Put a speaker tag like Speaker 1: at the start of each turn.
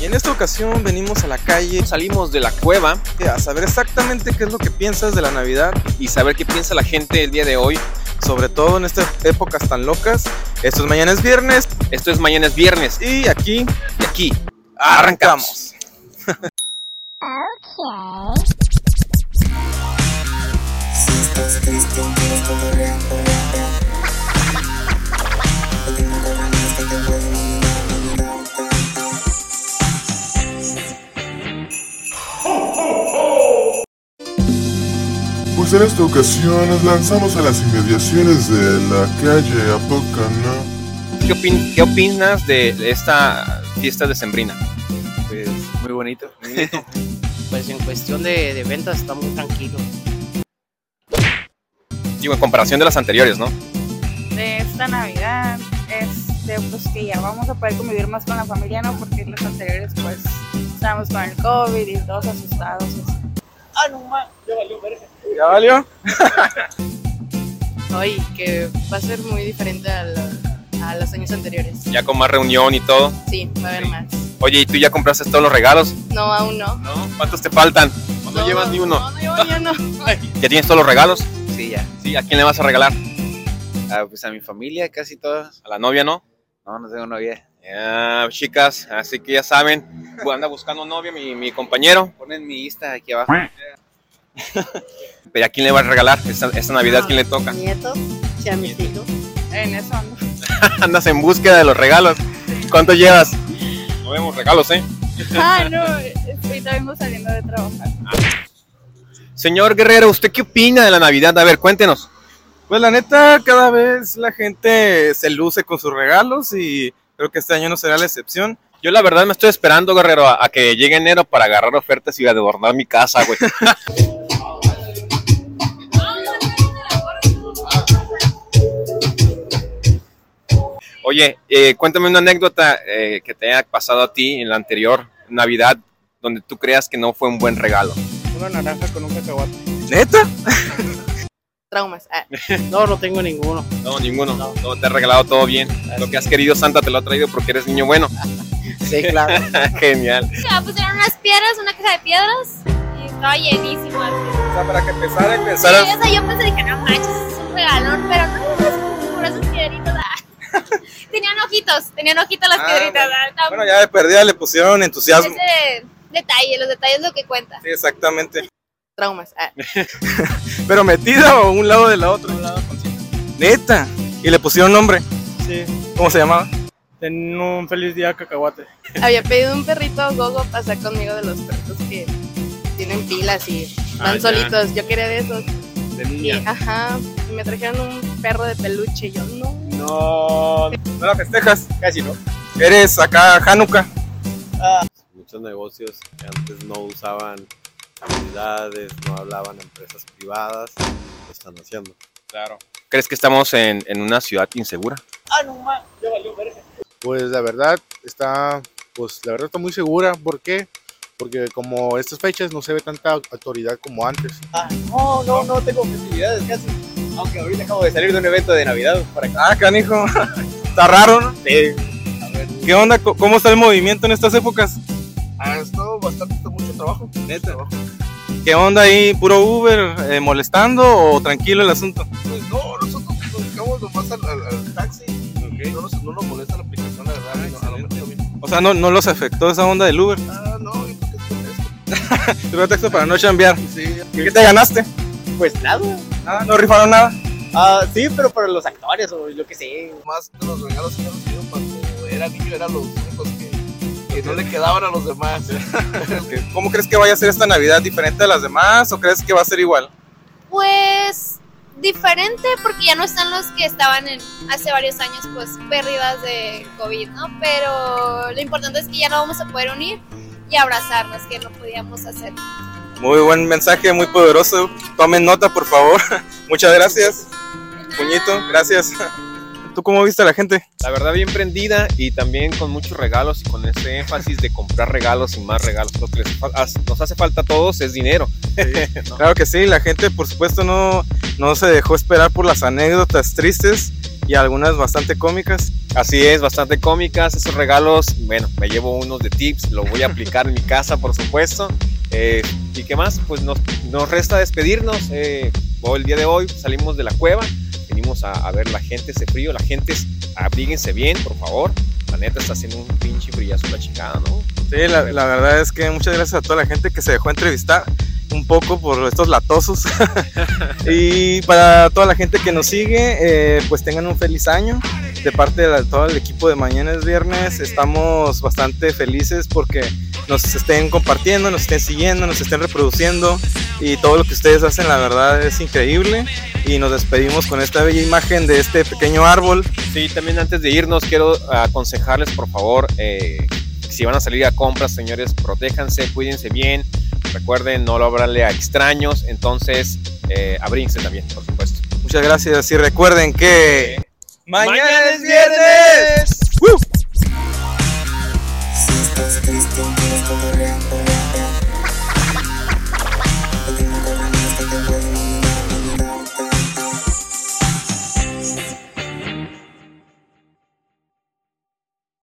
Speaker 1: En esta ocasión venimos a la calle
Speaker 2: Salimos de la cueva
Speaker 1: a saber exactamente qué es lo que piensas de la Navidad,
Speaker 2: y saber qué piensa la gente el día de hoy.
Speaker 1: sobre todo en estas épocas tan locas. Esto es mañana es viernes
Speaker 2: Esto es mañana es viernes
Speaker 1: y aquí
Speaker 2: y aquí
Speaker 1: arrancamos.
Speaker 2: arrancamos.
Speaker 3: Okay.
Speaker 4: Pues en esta ocasión nos lanzamos a las inmediaciones de la calle Apocana.
Speaker 2: ¿Qué, opin- qué opinas de esta fiesta decembrina?
Speaker 1: Pues,
Speaker 2: Muy bonito.
Speaker 5: Pues en cuestión de, de ventas está muy tranquilo.
Speaker 2: Digo, en comparación de las anteriores, ¿no?
Speaker 6: de esta Navidad, este, pues que ya vamos a poder convivir más con la familia, ¿no? Porque los anteriores, pues, estábamos con el COVID y todos asustados.
Speaker 1: ¿Ya valió?
Speaker 7: Ay, que va a ser muy diferente a, la- a los años anteriores.
Speaker 2: Ya con más reunión y todo.
Speaker 7: Sí, va a haber
Speaker 2: Sí.
Speaker 7: más.
Speaker 2: Oye, ¿y tú ya compraste todos los regalos?
Speaker 7: No, aún no.
Speaker 2: ¿No? ¿Cuántos te faltan? No,
Speaker 7: No,
Speaker 2: llevas ni uno.
Speaker 7: No, no llevo ni uno. Ay,
Speaker 2: ¿Ya tienes todos los regalos?
Speaker 8: Sí, ya.
Speaker 2: Sí, ¿a quién le vas a regalar?
Speaker 8: Ah, pues a mi familia, casi todas.
Speaker 2: ¿A la novia, no?
Speaker 8: No, no tengo novia.
Speaker 2: Ya, chicas, así que ya saben, anda buscando novia mi, mi compañero.
Speaker 8: Ponen mi lista aquí abajo.
Speaker 2: ¿Pero a quién le vas a regalar esta, esta Navidad? ¿Quién le toca?
Speaker 7: Nietos, sí, a mis hijos.
Speaker 6: En eso ando.
Speaker 2: Andas en búsqueda de los regalos. ¿Cuánto llevas? No vemos regalos, ¿eh?
Speaker 6: Ah, no, ahorita vengo saliendo de trabajar.
Speaker 2: Señor Guerrero, ¿usted qué opina de la Navidad? A ver, cuéntenos.
Speaker 1: Pues la neta, cada vez la gente se luce con sus regalos y creo que este año no será la excepción.
Speaker 2: Yo la verdad me estoy esperando, Guerrero, a, a que llegue enero para agarrar ofertas y adornar mi casa, güey. Oye, eh, cuéntame una anécdota eh, que te haya pasado a ti en la anterior Navidad, donde tú creas que no fue un buen regalo.
Speaker 5: Una naranja con un cacahuate.
Speaker 1: ¿Neta?
Speaker 7: Traumas. Ah,
Speaker 5: No, no tengo ninguno.
Speaker 2: No, ninguno. No, te ha regalado todo bien. Lo que has querido, Santa te lo ha traído porque eres niño bueno.
Speaker 5: Sí, claro.
Speaker 2: Genial.
Speaker 9: Se va a poner unas piedras, una caja de piedras y estaba llenísimo. así.
Speaker 1: O sea, para que empezara y
Speaker 9: Y,
Speaker 1: empezara.
Speaker 9: o sea, yo pensé que no manches, es un regalón, pero no, es por esas piedritas. ah. tenían ojitos, tenían ojitos las
Speaker 1: Ah,
Speaker 9: piedritas.
Speaker 1: bueno.
Speaker 9: ah, estaban-
Speaker 1: Bueno, ya de perdida le pusieron entusiasmo.
Speaker 9: Ese detalle, los detalles es lo que cuenta.
Speaker 1: Sí, exactamente.
Speaker 7: traumas. Ah,
Speaker 1: Pero metida o un lado de la otra. Neta. Y le pusieron nombre.
Speaker 5: Sí.
Speaker 1: ¿Cómo se llamaba?
Speaker 5: Ten un feliz día, cacahuate.
Speaker 7: había pedido un perrito gogo pasar conmigo de los perritos que tienen pilas y van
Speaker 2: Ah, ya.
Speaker 7: solitos. Yo quería de esos.
Speaker 2: De
Speaker 7: Y,
Speaker 2: niña.
Speaker 7: ajá, y me trajeron un perro de peluche. Y yo, no.
Speaker 1: No. No la festejas. Casi no. Eres acá Hanukkah.
Speaker 10: muchos negocios que antes no usaban habilidades, no hablaban a empresas privadas, lo están haciendo.
Speaker 2: Claro. ¿Crees que estamos en, en una ciudad insegura?
Speaker 11: Pues la verdad está, pues la verdad está muy segura. ¿Por qué? Porque como estas fechas no se ve tanta autoridad como antes.
Speaker 8: No, no, no tengo festividades casi. Aunque ahorita acabo de salir de un evento de Navidad para acá.
Speaker 1: Ah, canijo. Está raro, ¿no? ¿Qué onda? Co- ¿Cómo está el movimiento en estas épocas?
Speaker 11: Ha estado bastante mucho trabajo. Neta.
Speaker 1: ¿Qué onda ahí? ¿Puro Uber eh, molestando o tranquilo el asunto?
Speaker 11: Pues no, nosotros nos dedicamos nomás al, al- al taxi. No, nos, no nos molesta la aplicación, la verdad. no, a lo mejor bien.
Speaker 1: O sea, no, no los afectó esa onda del Uber.
Speaker 11: Ah, no, yo creo que es por esto.
Speaker 1: Tu pretexto para no chambear.
Speaker 11: Sí.
Speaker 1: ¿Qué te ganaste?
Speaker 8: Pues nada.
Speaker 1: Nada, no rifaron nada.
Speaker 8: Ah, sí, pero para los actores o lo que sé.
Speaker 11: Más de los regalos que nos dieron cuando era niño eran los únicos que, que no le quedaban a los demás.
Speaker 1: ¿Cómo crees que vaya a ser esta Navidad diferente a las demás o crees que va a ser igual?
Speaker 9: Pues diferente porque ya no están los que estaban en hace varios años pues pérdidas de COVID, ¿no? Pero lo importante es que ya no vamos a poder unir y abrazarnos, que no podíamos hacer.
Speaker 1: Muy buen mensaje, muy poderoso. Tomen nota, por favor. Muchas gracias. Puñito, gracias. ¿Tú cómo viste a la gente?
Speaker 2: La verdad bien prendida y también con muchos regalos y con ese énfasis de comprar regalos y más regalos. Lo que les fa- as- nos hace falta a todos es dinero.
Speaker 1: Claro que sí, la gente por supuesto no, no se dejó esperar por las anécdotas tristes y algunas bastante cómicas.
Speaker 2: Así es, bastante cómicas esos regalos. Bueno, me llevo unos de tips, lo voy a aplicar en mi casa, por supuesto. Eh, ¿Y qué más? Pues nos, nos resta despedirnos. Eh, hoy- el día de hoy salimos de la cueva, venimos a, a ver la gente, ese frío, la gente, abríguense bien, por favor. La neta está haciendo un pinche brillazo la chingada, ¿no?
Speaker 1: Sí, la, la verdad es que muchas gracias a toda la gente que se dejó entrevistar un poco por estos latosos. y para toda la gente que nos sigue, eh, pues tengan un feliz año. De parte de la- todo el equipo de Mañana es Viernes, estamos bastante felices porque nos estén compartiendo, nos estén siguiendo, nos estén reproduciendo y todo lo que ustedes hacen la verdad es increíble y nos despedimos con esta bella imagen de este pequeño árbol.
Speaker 2: Sí, también antes de irnos quiero aconsejarles por favor, eh, si van a salir a compras, señores, protéjanse, cuídense bien, recuerden no lo hablarle a extraños, entonces eh, abríense también, por supuesto.
Speaker 1: Muchas gracias y recuerden que...
Speaker 2: Mañana es
Speaker 1: viernes.
Speaker 3: Si estás triste, un día cotorreando.